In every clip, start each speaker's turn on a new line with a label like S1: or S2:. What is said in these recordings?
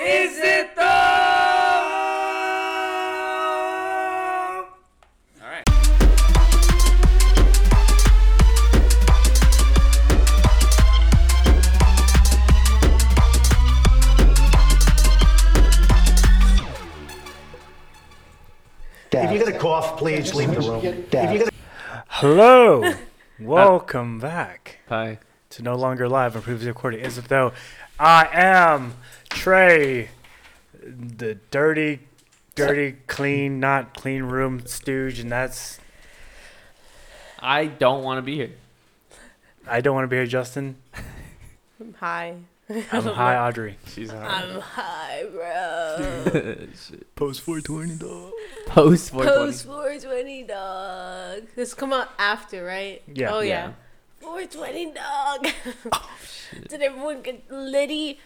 S1: Is it the?
S2: If you're
S3: Dad.
S2: gonna cough, please leave the room.
S3: Dad.
S4: Uh,
S1: Hello, welcome back
S4: Hi.
S1: to No Longer Live and Previously Recorded. Is it though? I am Trey, the dirty, dirty, clean, not clean room stooge, and that's
S4: I don't want to be here.
S1: I don't want to be here, Justin.
S5: Hi.
S1: I'm hi, Audrey.
S4: She's
S5: I'm high, bro.
S4: Post 420 though. Post 420.
S5: Post 420 dog. This come out after, right?
S1: Yeah. Oh,
S5: Oh
S4: Yeah.
S5: yeah. 420 dog. Did everyone get litty?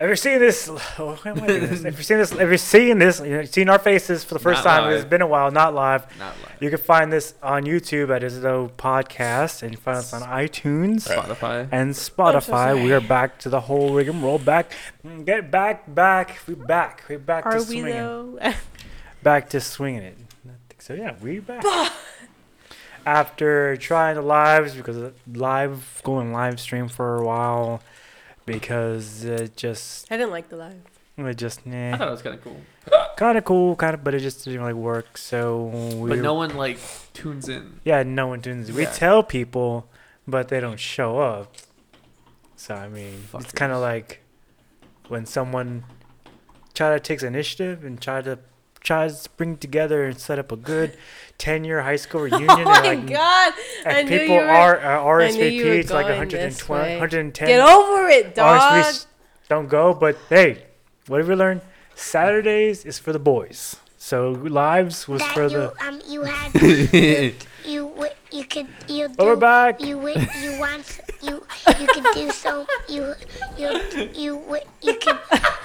S1: Ever seen this? Oh, why am I doing this? Ever seen this? Ever seen this? You know, seen our faces for the first
S4: Not
S1: time?
S4: live.
S1: It's been a while. Not live.
S4: Not live.
S1: You can find this on YouTube at Isido Podcast, and you can find us on iTunes
S4: Spotify.
S1: and Spotify. we are back to the whole rigmarole. Back, get back, back. We back. We back
S5: Are
S1: to
S5: we
S1: swinging.
S5: though?
S1: Back to swinging it. I think So yeah, we back. After trying the lives because of live going live stream for a while because it just
S5: I didn't like the live.
S1: it just
S4: I
S1: nah.
S4: thought it was kind of cool.
S1: kind of cool, kind of, but it just didn't really work. So we,
S4: But no one like tunes in.
S1: yeah, no one tunes. We
S4: Yeah.
S1: tell people, but they don't show up. So I mean, it's
S4: Fuckers.
S1: kind of like when someone try to takes initiative and try to tries to bring together and set up a good ten year high school reunion.
S5: Oh
S1: and,
S5: my
S1: like,
S5: god!
S1: And
S5: I knew
S1: people
S5: you were.
S1: are uh, RSVP
S5: you were
S1: to like
S5: going
S1: 120,
S5: this way.
S1: 110
S5: Get over it, dog.
S1: RSVPs don't go, but hey, what have we learned? Saturdays is for the boys. So lives was
S6: that
S1: for
S6: you
S1: the.
S6: um you had you w- you could you do
S1: Oh, we're back.
S6: you w- you want you you could do so you you you w- you could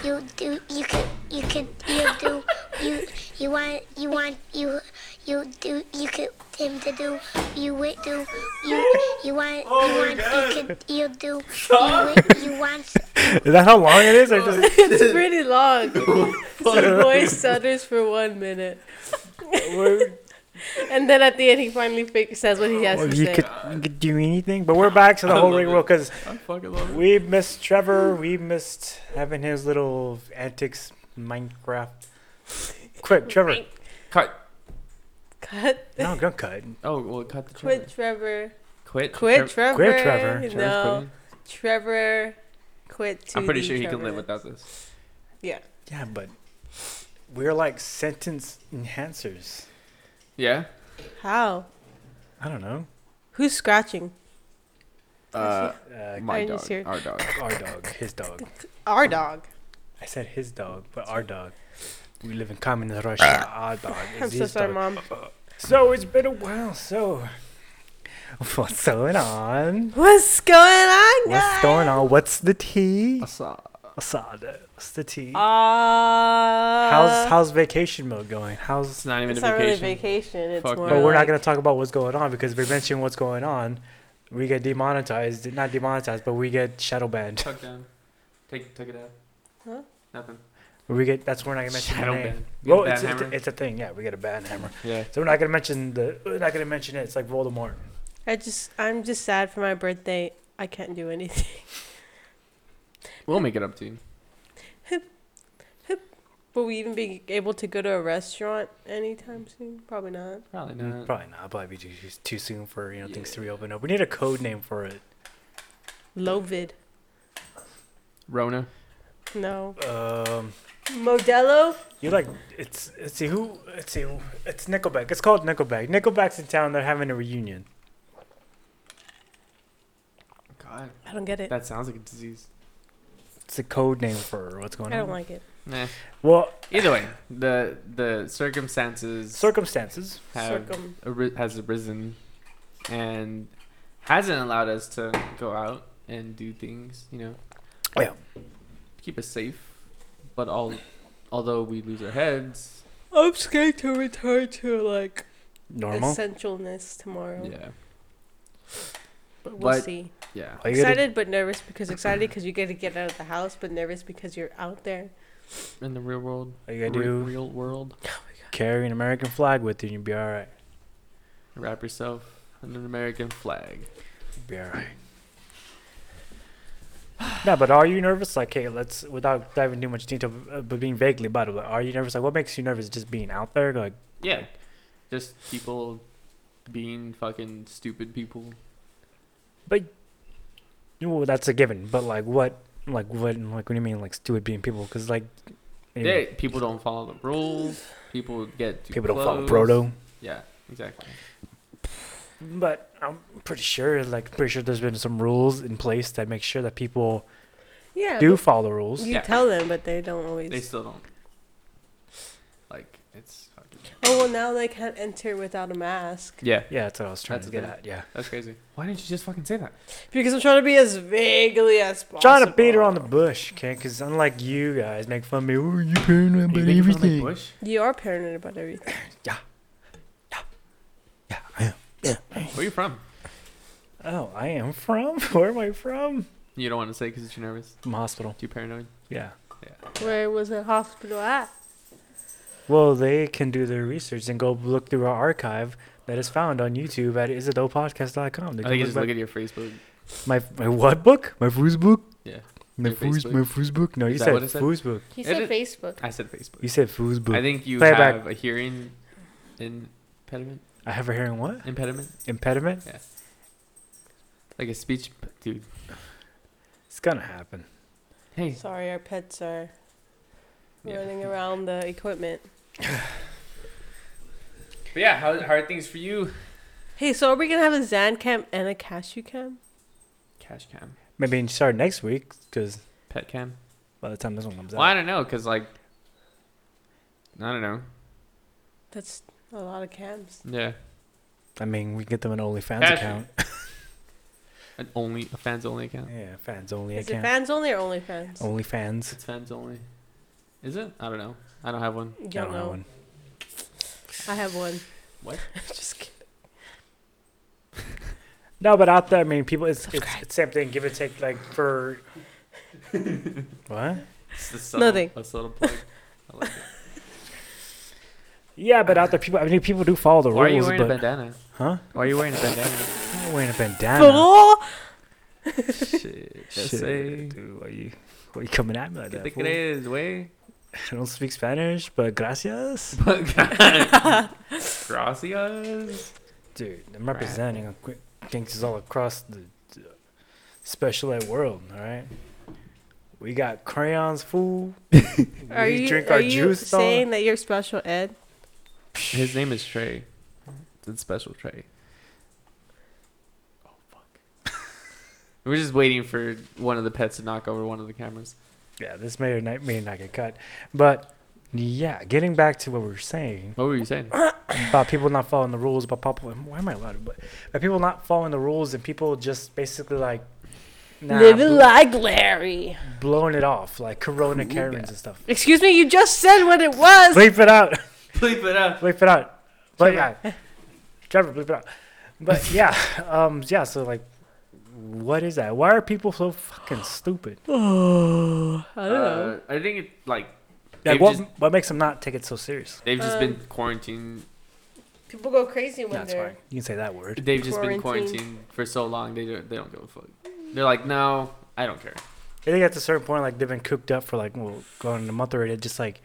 S6: you do you could you could you do you you want you want you you do you could him to do you would do you you want you want you could you do you, would- you want
S1: Is that how long it is? Or just
S5: it's pretty long. His voice stutters for one minute. and then at the end, he finally fig- says what he has
S1: Or
S5: to
S1: you
S5: say.
S1: could, you could do anything. But we're back to the
S4: I
S1: whole
S4: love
S1: ring
S4: it.
S1: world because
S4: I fucking love it.
S1: we missed Trevor. We missed having his little antics, Minecraft. Quick, Trevor.
S4: Cut.
S5: Cut.
S1: No, don't cut.
S4: Oh, well, cut the
S5: Quit
S4: Trevor.
S5: Trevor.
S4: Quit.
S5: Quit Trevor.
S4: Trev-
S1: Quit
S5: No.
S1: Trevor.
S4: Trevor's quitting.
S5: Trevor. Quit.
S4: I'm pretty
S5: 2D
S4: sure he can
S5: Trevor.
S4: live without this.
S1: Yeah, but we're like sentence enhancers.
S4: Yeah.
S5: How?
S1: I don't know.
S5: Who's scratching?
S4: Uh,
S1: Uh,
S4: my
S5: Are you
S4: dog.
S5: serious?
S4: Our dog.
S1: our dog, his dog.
S5: Our dog.
S1: I said his dog, but our dog. We live in communist Russia. our dog is
S5: I'm so
S1: his
S5: sorry,
S1: dog.
S5: mom.
S1: So it's been a while. So what's going on?
S5: What's going on, guys?
S1: What's going on? What's the tea?
S4: Asa-
S1: Asada. What's the tea?
S4: Uh,
S5: Uh,
S1: how's how's vacation mode going?
S4: It's
S1: How's?
S4: not even
S5: It's
S4: a
S5: not really
S4: vacation.
S5: vacation. It's
S4: Fuck
S5: more.
S4: no.
S1: But we're not
S5: like-
S1: gonna talk about what's going on because if we mention what's going on, we get demonetized. Not demonetized, but we get shadow banned.
S4: Tuck down. Take, take it out.
S5: Huh?
S4: Nothing.
S1: We get. That's we're not gonna mention. the
S4: Shadow
S1: name.
S4: ban. We got
S1: Well,
S4: a
S1: it's,
S4: ban
S1: it's,
S4: hammer.
S1: a, it's a thing. Yeah, we get a ban hammer.
S4: Yeah.
S1: So we're not gonna mention the. We're not gonna mention it. It's like Voldemort.
S5: I just, I'm just sad for my birthday. I can't do anything.
S4: We'll make it up to you.
S5: Will we even be able to go to a restaurant anytime soon? Probably not.
S4: Probably
S1: Mm,
S4: not.
S1: Probably not. Probably too, too soon for you know things to reopen up. We need a code name for it.
S5: Lovid.
S4: Rona.
S5: No.
S1: Um,
S5: Modelo?
S1: you like it's it's see who it's see who- it's Nickelback. It's called Nickelback. Nickelback's in town. They're having a reunion.
S4: God.
S5: I don't get it.
S4: That sounds like a disease.
S1: It's a code name for what's going
S5: I
S1: on.
S5: don't like it.
S4: Nah.
S1: well,
S4: Either way, the the circumstances
S1: circumstances.
S4: have
S5: Circum.
S4: arri- has arisen, and hasn't allowed us to go out and do things. You know,
S1: Oh, Yeah.
S4: keep us safe. But all, although we lose our heads,
S5: I'm scared to return to like
S1: Normal.
S5: essentialness tomorrow.
S4: yeah,
S5: But we'll
S4: But-
S5: see.
S4: yeah.
S1: Why you gotta-
S5: Excited but nervous because excited because you get to get out of the house, but nervous because you're out there.
S4: In the real world,
S1: All you gotta
S4: re-
S1: do
S4: real world,
S1: carry an American flag with you, and you'll be all right.
S4: wrap yourself in an American flag.
S1: You'll be all right. no, but are you nervous? Like, hey, let's without diving too much detail, uh, but being vaguely about it. Are you nervous? Like, what makes you nervous? Just being out there, like,
S4: Yeah, just people being fucking stupid people.
S1: you know, that's a given. But like, what, like, what, like, what do you mean, like, stupid being people? Because like,
S4: Yeah, people don't follow the rules. People get too
S1: people don't follow
S4: close.
S1: proto.
S4: Yeah, exactly.
S1: But I'm pretty sure, like, pretty sure there's been some rules in place that make sure that people
S5: Yeah.
S1: do
S5: but
S1: follow the rules.
S5: you
S4: Yeah.
S5: tell them, but they don't always.
S4: They still don't. Like it's fucking.
S5: oh well, now they can't enter without a mask
S4: Yeah,
S1: Yeah, that's what I was trying
S4: That's
S1: to
S4: the
S1: get
S4: thing.
S1: at. Yeah,
S4: that's crazy. Why didn't you just fucking say that?
S5: because I'm trying to be as vaguely as possible.
S1: trying to beat her on the bush, okay? Because unlike you guys, make fun of me. Oh, you paranoid about everything.
S4: Bush?
S5: You are paranoid about everything.
S4: Where are you from?
S1: Oh, I am from. Where am I from?
S4: You don't want to say because you're nervous,
S1: From hospital.
S4: too paranoid.
S1: Yeah.
S5: Where was the hospital at?
S1: Well, they can do their research and go look through our archive that is found on YouTube at isitopodcast.com. They can
S4: I think you
S1: look
S4: just look
S1: back-
S4: at your Facebook.
S1: my my what book? My foos book?
S4: Yeah.
S1: My
S4: Your
S1: foos
S4: Facebook?
S1: my foos book? No,
S4: Is
S1: you
S4: that
S1: said
S4: what it said?
S1: foos book.
S5: He
S4: said Edit.
S5: Facebook.
S4: I said Facebook.
S1: You said foos book.
S4: I think you
S1: Play it back.
S4: have a hearing impediment.
S1: I have a hearing what?
S4: Impediment.
S1: Impediment?
S4: Like a speech, dude.
S1: It's gonna happen.
S4: Hey.
S5: Sorry, our pets are
S4: Yeah.
S5: running around the equipment.
S4: But yeah, how, how are things for you?
S5: Hey, so are we gonna have a Zan cam and a cashew cam?
S4: Cash cam,
S1: Maybe you start next week because
S4: pet cam.
S1: by the time this one comes
S4: Well, I
S1: out.
S4: don't know, cause like, I don't know.
S5: That's a lot of cams.
S4: Yeah,
S1: I mean, we can get them an OnlyFans
S4: Passion.
S1: account.
S4: an only a fans only account.
S1: Yeah, Oh, fans only
S5: Is it
S1: account.
S5: fans only or only fans?
S1: OnlyFans.
S4: It's fans only. Is it? I don't know. I don't have one.
S5: You
S1: I
S5: don't
S1: have
S5: know.
S1: one.
S5: I have one.
S4: What?
S5: Just kidding.
S1: No, but out there, I mean, people. It's it's, it's same thing. Give and take, like for. what?
S4: It's the subtle,
S5: Nothing.
S4: A subtle plug. I like it.
S1: Yeah, but out there, people. I mean, people do follow the
S4: Why are you
S1: rules,
S4: wearing a
S1: but
S4: bandana?
S1: huh?
S4: Why are you wearing a bandana?
S1: I'm not wearing a bandana.
S5: Fool!
S4: Shit.
S1: Shit,
S4: Shit.
S1: dude, why you why you coming at me like
S4: ¿Qué
S1: that?
S4: te
S1: fool?
S4: crees, güey?
S1: I don't speak Spanish, but gracias,
S4: Gracias.
S1: dude. I'm representing a quick gangsters all across the, the special ed world. All right, we got crayons, fool.
S5: Are
S1: we
S5: you,
S1: drink
S5: are
S1: our
S5: you
S1: juice. dog.
S5: saying that you're special ed?
S4: His name is Trey. It's special Trey. Oh fuck. We're just waiting for one of the pets to knock over one of the cameras.
S1: yeah, this may or not, may not get cut, but yeah, getting back to what we were saying
S4: What were you saying?
S1: about people not following the rules, about people. Why am I loud? But about people not following the rules and people just basically like nah,
S5: Living
S1: bl-
S5: like Larry.
S1: blowing it off, like Corona
S4: Cool
S1: Karens
S4: guy.
S1: and stuff.
S5: Excuse me, you just said what it was.
S1: Bleep it out.
S4: Bleep it out.
S1: Bleep it out. Bleep it out. Trevor, bleep it out. But yeah, um, yeah. So like, what is that? Why are people so fucking stupid?
S5: Oh, I don't know.
S4: Uh, I think it like
S1: Like,
S4: They've
S1: what
S4: just-
S1: what makes them not take it so serious?
S4: they've just been
S5: Um,
S4: quarantined.
S5: People go crazy when
S1: That's
S5: they're.
S1: fine. You can say that word.
S4: They've just been
S5: Quarantined.
S4: quarantined for so long. They don't, they don't give a fuck. They're like, no, I don't care.
S1: I think at a certain point, like they've been cooked up for like well, going on a month already. Just like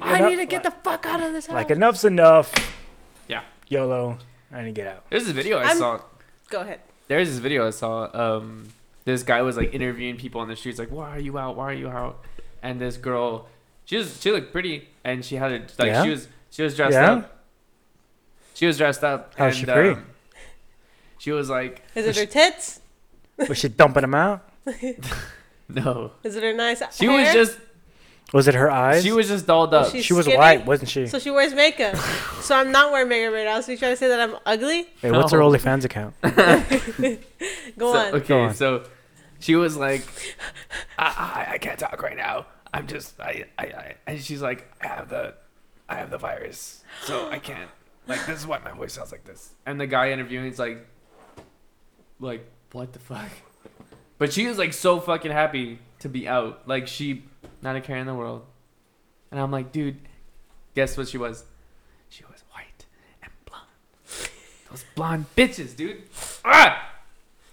S5: I
S1: enough-
S5: need to get the fuck out of this house.
S1: like enough's enough.
S4: Yeah.
S1: YOLO. I need to get out.
S4: There's this video I
S5: I'm-
S4: saw.
S5: go ahead.
S4: There's this video I saw. Um, this guy was like interviewing people on the streets, like, "Why are you out? Why are you out?" And this girl, she was she looked pretty, and she had a like
S1: Yeah?
S4: she was she was dressed
S1: Yeah?
S4: up. She was dressed up.
S1: How's
S4: and,
S1: she pretty?
S4: um, she was like,
S5: Is it her tits?
S1: Was she dumping them out?
S4: no.
S5: Is it her nice
S4: She
S5: hair?
S4: was just
S1: Was it her eyes?
S4: She was just dolled up.
S5: She's
S1: She was
S5: skinny,
S1: white, wasn't she?
S5: So she wears makeup. so I'm not wearing makeup right now. So you trying to say that I'm ugly?
S1: Hey, what's her
S5: Oh.
S4: No.
S1: OnlyFans account?
S5: Go
S4: So-
S5: on.
S4: Okay,
S1: Go on.
S4: so she was like, I, I, I can't talk right now. I'm just, I, I, I, and she's like, I have the, I have the virus, so I can't. Like this is why my voice sounds like this. And the guy interviewing is like, like what the fuck? But she was like so fucking happy to be out. Like she, not a care in the world. And I'm like, dude, guess what she was? She was white and blonde. Those blonde bitches, dude. Ah.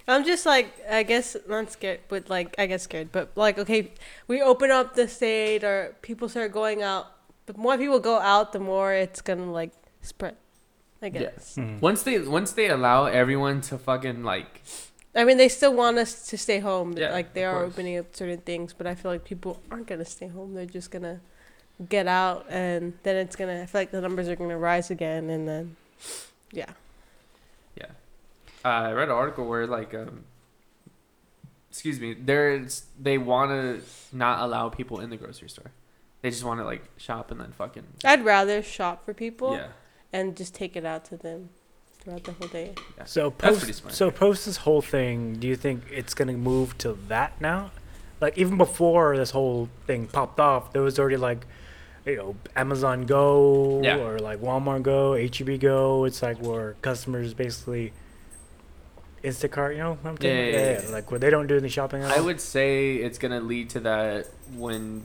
S5: I'm just like, I guess, not scared, but like, I guess scared. But like, okay, we open up the state or people start going out. The more people go out, the more it's gonna like spread. I guess.
S1: Mm.
S4: Once they once they allow everyone to fucking like
S5: I mean, they still want us to stay home.
S4: Yeah,
S5: like, they
S4: of
S5: are
S4: course.
S5: opening up certain things, but I feel like people aren't gonna stay home. They're just gonna get out, and then it's gonna. I feel like the numbers are gonna rise again, and then, yeah.
S4: yeah. Uh, I read an article where like um excuse me, there's they want to not allow people in the grocery store. They just want to like shop and then fucking
S5: I'd rather shop for people
S4: yeah.
S5: and just take it out to them throughout the whole day.
S1: So
S4: That's pretty
S1: post,
S4: smart.
S1: so post this whole thing. Do you think it's gonna move to that now? Like even before this whole thing popped off, there was already like, you know, Amazon Go
S4: Yeah.
S1: or like Walmart Go, HEB Go. It's like where customers basically Instacart. You know, what I'm
S4: Yeah,
S1: thinking?
S4: yeah, yeah, yeah.
S1: like where they don't do any shopping at
S4: I
S1: all.
S4: would say it's going to lead to that when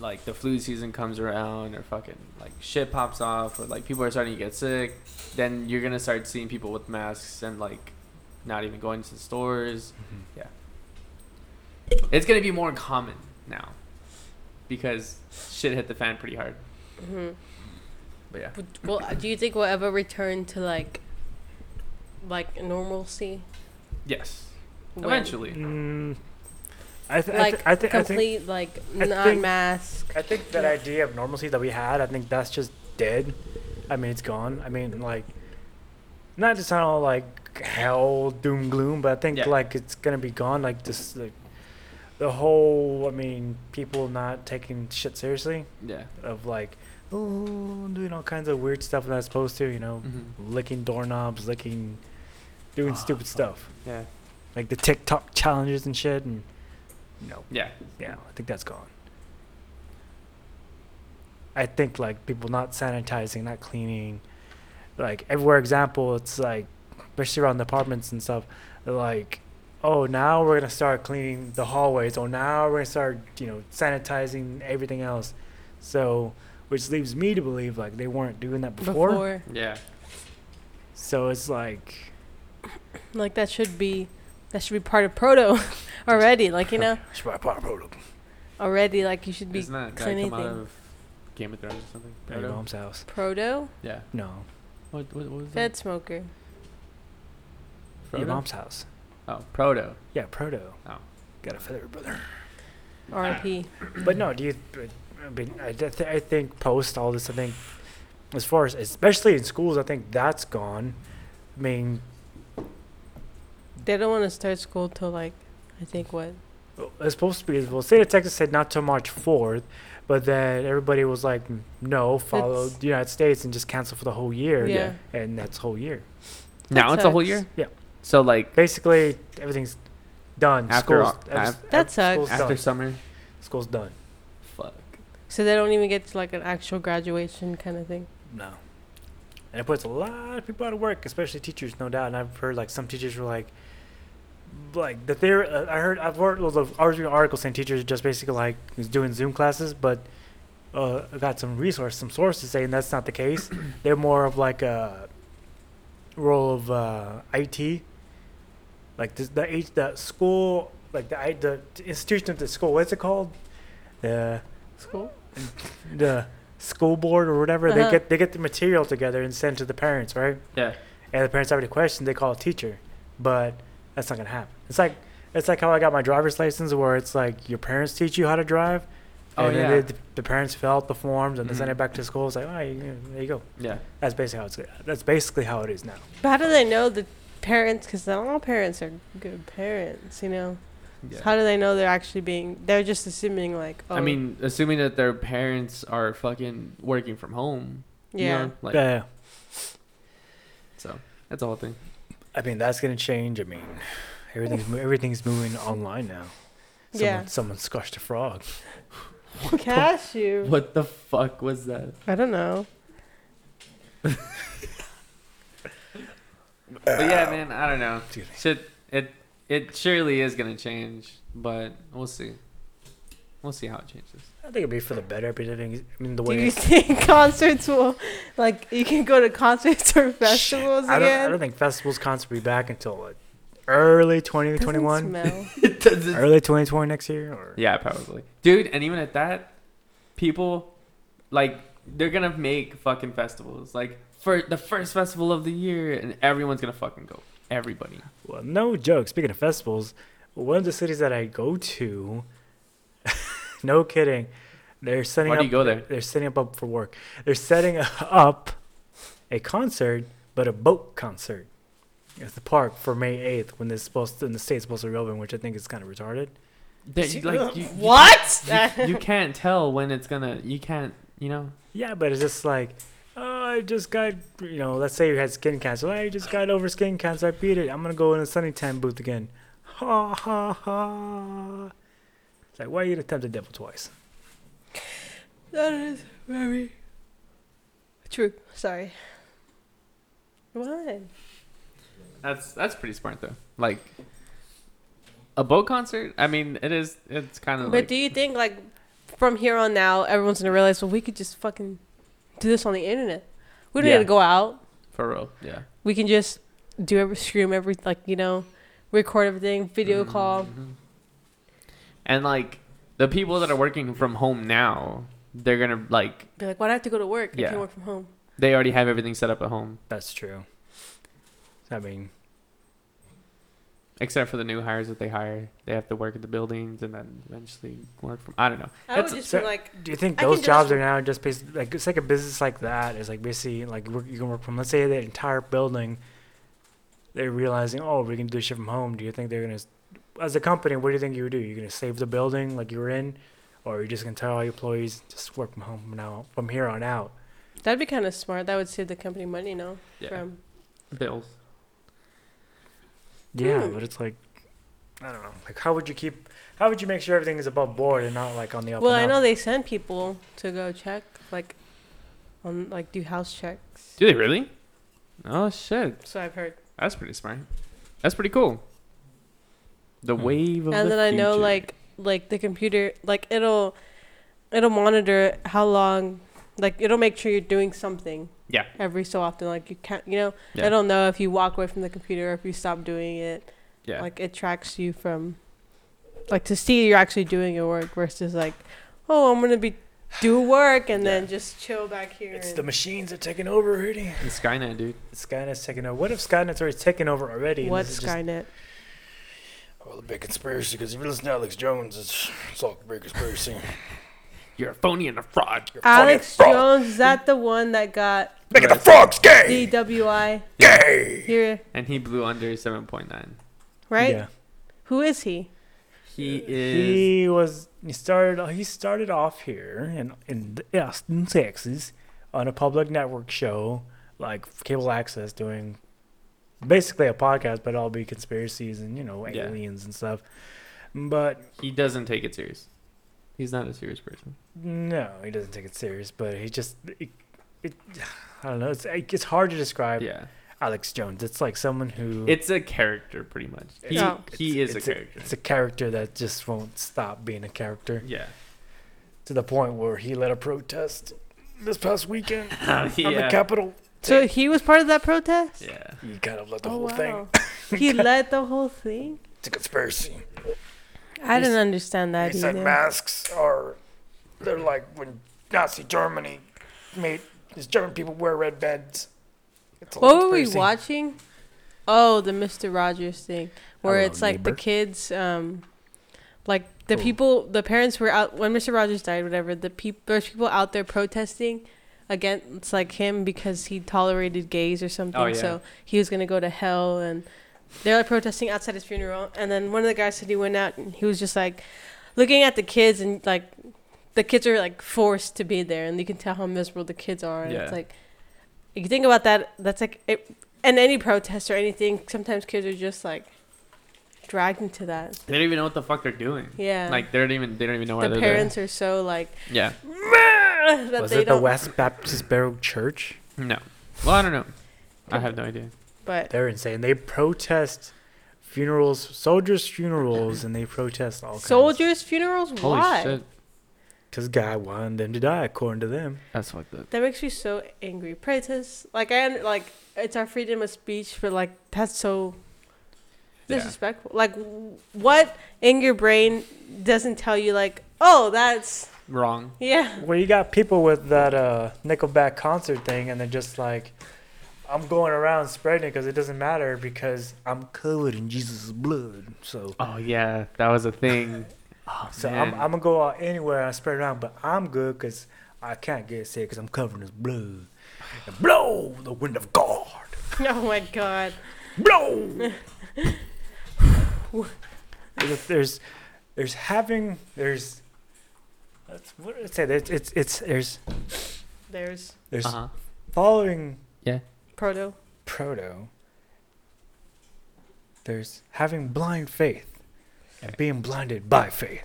S4: like the flu season comes around or fucking like shit pops off or like people are starting to get sick, then you're going to start seeing people with masks and like not even going to stores. It's gonna be more common now, because shit hit the fan pretty hard.
S5: hmm
S4: But yeah,
S5: Would- Well, do you think we'll ever return to like, like normalcy?
S4: yes,
S5: When?
S4: eventually.
S1: Mm, I, th-
S5: Like
S1: I, th- I, thi- I think
S5: complete like
S1: I think-
S5: non-mask.
S1: I think that idea of normalcy that we had, I think that's just dead. I mean, it's gone. I mean, like, not to sound all like hell, doom, gloom, but I think
S4: Yeah.
S1: like it's gonna be gone. Like this, like, the whole. I mean, people not taking shit seriously.
S4: Yeah.
S1: Of like, oh, doing all kinds of weird stuff they're not supposed to. You know,
S4: hmm
S1: licking doorknobs, licking, doing
S4: Ah,
S1: stupid
S4: fuck.
S1: stuff
S4: Yeah.
S1: like the TikTok challenges and shit. And no,
S4: Yeah.
S1: yeah, I think that's gone. I think like people not sanitizing, not cleaning, like everywhere. Example, it's like especially around the apartments and stuff. Like, oh, now we're gonna start cleaning the hallways. Oh, now we're gonna start you know sanitizing everything else. So, which leaves me to believe like they weren't doing that before.
S5: before.
S4: Yeah.
S1: So it's like
S5: Like that should be, that should be part of proto already. Like you know,
S1: should I put a product
S5: already like you should be
S4: Isn't that guy
S5: cleaning
S4: come out
S5: things.
S4: of Game of Thrones or something?
S1: at your mom's house?
S5: Proto
S4: Yeah.
S1: No,
S4: What, what, what was that?
S5: bed smoker.
S1: your
S4: Frodo?
S1: mom's house.
S4: Oh, Proto.
S1: Yeah, Proto.
S4: Oh.
S1: Got a feather, brother.
S5: R.I.P.
S4: Ah.
S1: But no, do you? but, I mean, I, d- th- I think post all this, I think, as far as especially in schools, I think that's gone. I mean,
S5: They don't want to start school till like, I think what
S1: it's supposed to be well. State of Texas said not till March fourth, but then everybody was like, no, follow
S5: That's-
S1: the United States and just cancel for the whole year.
S5: Yeah.
S1: and that's whole year.
S4: Now it's a whole
S5: sucks.
S4: year.
S1: Yeah.
S4: So like
S1: Basically, everything's done.
S4: After
S1: schools,
S4: au-
S1: ev-
S4: af-
S1: ev-
S5: That sucks.
S1: School's
S4: after
S1: done.
S4: summer.
S1: School's done.
S4: Fuck.
S5: So they don't even get to like an actual graduation kind of thing.
S1: No. And it puts a lot of people out of work, especially teachers, no doubt. And I've heard like some teachers were like, like the theory. Uh, I heard I've heard well, the I was reading articles saying teachers are just basically like is doing Zoom classes, but uh, I got some resource, some sources saying that's not the case. They're more of like a role of uh, IT, like this, the H the school, like the I, the institution of the school. What's it called? The
S5: School.
S1: the school board or whatever they
S5: Uh-huh.
S1: get they get the material together and send to the parents right
S4: Yeah.
S1: and the parents have any questions they call a teacher but that's not gonna happen it's like it's like how i got my driver's license where it's like your parents teach you how to drive
S4: Oh,
S1: and
S4: yeah.
S1: then the, the parents fill out the forms and they send
S4: Mhm.
S1: it back to school it's like oh you, there you go
S4: Yeah.
S1: that's basically how it's that's basically how it is now
S5: But how do they know the parents? Because not all parents are good parents, you know. So
S4: Yeah.
S5: how do they know they're actually being? They're just assuming like. Oh,
S4: I mean, assuming that their parents are fucking working from home. you
S5: Yeah.
S4: know, like,
S1: yeah.
S4: So that's the whole thing.
S1: I mean, that's gonna change. I mean, everything's mo- everything's moving online now. Someone,
S5: Yeah.
S1: Someone squashed a frog.
S5: Cashew.
S4: What the fuck was that?
S5: I don't know.
S4: But yeah, man, I don't know.
S1: Excuse me.
S4: Shit, it it surely is gonna change, but we'll see. We'll see how it changes.
S1: I think it'd be for the better. But I think I mean the
S5: Do
S1: way.
S5: you think concerts will, like, you can go to concerts or festivals
S1: I don't. I
S5: again?
S1: don't think festivals concerts will be back until like, early
S5: Doesn't
S1: 2021,
S5: smell.
S4: It doesn't.
S1: early 2020 next year. Or
S4: Yeah, probably. Dude, and even at that, people like they're gonna make fucking festivals. Like for the first festival of the year and everyone's gonna fucking go. Everybody.
S1: well, no joke. Speaking of festivals, one of the cities that I go to, no kidding, they're setting
S4: Why
S1: up.
S4: do you go there?
S1: They're setting up, up for work. They're setting up a concert, but a boat concert. At the park for May 8th when this supposed to, when the state's supposed to reopen, which I think is kind of retarded.
S4: They- you- like, you- you-
S5: what?
S4: You, you can't tell when it's gonna you can't you know?
S1: Yeah, but it's just like, oh, I just got, you know, let's say you had skin cancer. I just got over skin cancer. I beat it. I'm going to go in a sunny tan booth again. Ha, ha, ha. It's like, why are you going to tempt the devil twice?
S5: that is very true. Sorry. What?
S4: That's that's pretty smart though. Like a boat concert? I mean it is it's kinda
S5: But
S4: like
S5: do you think, like, from here on now, everyone's gonna realize, well, we could just fucking do this on the internet. We don't
S4: Yeah.
S5: need to go out.
S4: for real. Yeah.
S5: We can just do every stream, every like, you know, record everything, video
S4: Mm.
S5: call.
S4: Mm-hmm, And like the people that are working from home now, they're gonna like
S5: Be like, why do I have to go to work? I
S4: Yeah.
S5: can work from home.
S4: they already have everything set up at home.
S1: That's true. I mean,
S4: except for the new hires that they hire they have to work at the buildings and then eventually work from i don't know
S5: I would
S4: That's-
S5: just
S1: so-
S5: be like,
S1: do you think
S5: I can
S1: those
S5: do
S1: jobs
S5: this-
S1: are now just basically like it's like a business like that is like basically like work, you can work from, let's say, the entire building. They're realizing, oh, we can do shit from home. Do you think they're going to, as a company, what do you think you would do? You're going to save the building like you were in? Or are you just going to tell all your employees just work from home from now, from here on out?
S5: that'd be kind of smart. That would save the company money, no? From
S4: bills
S1: Yeah,
S5: Hmm.
S1: but it's like, I don't know. Like, how would you keep, how would you make sure everything is above board and not like on the up
S5: well, I
S1: and up?
S5: know they send people to go check, like, on like do house checks.
S4: do they really oh shit
S5: So I've heard.
S4: that's pretty smart that's pretty cool the
S1: Hmm.
S4: wave of
S5: and
S4: the
S5: then I know
S4: future.
S5: like like the computer like it'll it'll monitor how long like it'll make sure you're doing something.
S4: Yeah.
S5: Every so often, like you can't, you know,
S4: Yeah.
S5: it'll know if you walk away from the computer or if you stop doing it.
S4: yeah
S5: Like it tracks you from, like to see you're actually doing your work versus like, oh, I'm gonna be do work and then just chill back here.
S1: It's
S5: and-
S1: the machines are taking over already.
S4: in skynet dude
S1: Skynet's taking over. What if Skynet's already taken over already? and
S5: what
S1: this is just-
S5: Skynet?
S2: Well, a big conspiracy, because if you listen to Alex Jones, it's, it's all a big conspiracy.
S4: you're a phony and a fraud
S2: You're a
S5: Alex
S2: fucking frog.
S5: Jones, is that the one that got
S2: Look at the frogs gay!
S5: DWI
S2: Gay!
S5: here,
S4: and he blew under 7.9
S5: right?
S1: Yeah.
S5: Who is he?
S4: he is
S1: He was he started he started off here in in Austin, Texas, on a public network show like cable access, doing basically a podcast, but all be conspiracies and you know
S4: Yeah.
S1: aliens and stuff. But
S4: he doesn't take it serious he's not a serious person
S1: no, he doesn't take it serious. But he just it, it, I don't know. It's it's hard to describe
S4: yeah
S1: Alex Jones. It's like someone who
S4: it's a character pretty much he,
S5: Yeah.
S4: he
S1: it's-
S4: is a
S1: it's a-
S4: character
S1: it's a character that just won't stop being a character
S4: yeah
S1: to the point where he led a protest this past weekend. on the
S4: yeah
S1: Capitol.
S5: So he was part of that protest?
S4: yeah
S2: You kind of let the
S5: Oh,
S2: whole thing.
S5: wow. he led the whole thing?
S2: It's a conspiracy.
S5: I
S1: He's-
S5: didn't understand that
S2: He said
S5: either.
S2: masks are. They're like when Nazi Germany made. These German people wear red beds. It's all
S5: what were we
S2: conspiracy.
S5: watching? Oh, the Mr. Rogers thing, where
S1: Hello,
S5: it's like
S1: neighbor.
S5: the kids, um, like the
S1: Who?
S5: people, the parents were out when Mr. Rogers died, whatever. The people, there's people out there protesting against like him because he tolerated gays or something.
S4: Oh, yeah.
S5: So he was gonna go to hell and They're like protesting outside his funeral, and then one of the guys said he went out and he was just like looking at the kids and like the kids are like forced to be there, and you can tell how miserable the kids are. And it's
S4: Yeah.
S5: like if you think about that, that's like it, and any protest or anything. Sometimes kids are just like dragged into that.
S4: They don't even know what the fuck they're doing.
S5: Yeah.
S4: Like they don't even they don't even know why
S5: the
S4: they're
S5: parents are so like
S4: there. Yeah.
S5: that
S1: Was
S5: they
S1: it the
S5: don't.
S1: West Baptist Barrow Church?
S4: No. Well, I don't know. I have no idea.
S5: but
S1: They're insane. They protest funerals, soldiers' funerals, and they protest all kinds.
S5: soldiers' funerals.
S4: Holy
S5: why?
S4: shit.
S1: Because God wanted them to die, according to them.
S4: That's fucked up.
S5: That makes me so angry. Protest, like I under- like it's our freedom of speech, but like that's so
S4: Yeah.
S5: disrespectful. Like w- what in your brain doesn't tell you like, oh, that's
S4: Wrong.
S5: yeah,
S1: Well, you got people with that uh, Nickelback concert thing, and they're just like, I'm going around spreading it because it doesn't matter because I'm covered in Jesus' blood. So,
S4: Oh yeah, that was a thing.
S1: so I'm,
S4: man.
S1: I'm going to go out anywhere and spread it around, but I'm good because I can't get sick because I'm covered in His blood. And blow the wind of God.
S5: oh my god,
S1: Blow! there's, there's, there's having, there's, that's what did I say? There's, it's, it's, there's,
S5: there's
S1: there's
S4: uh-huh.
S1: following
S5: proto.
S1: proto there's having blind faith and being blinded by faith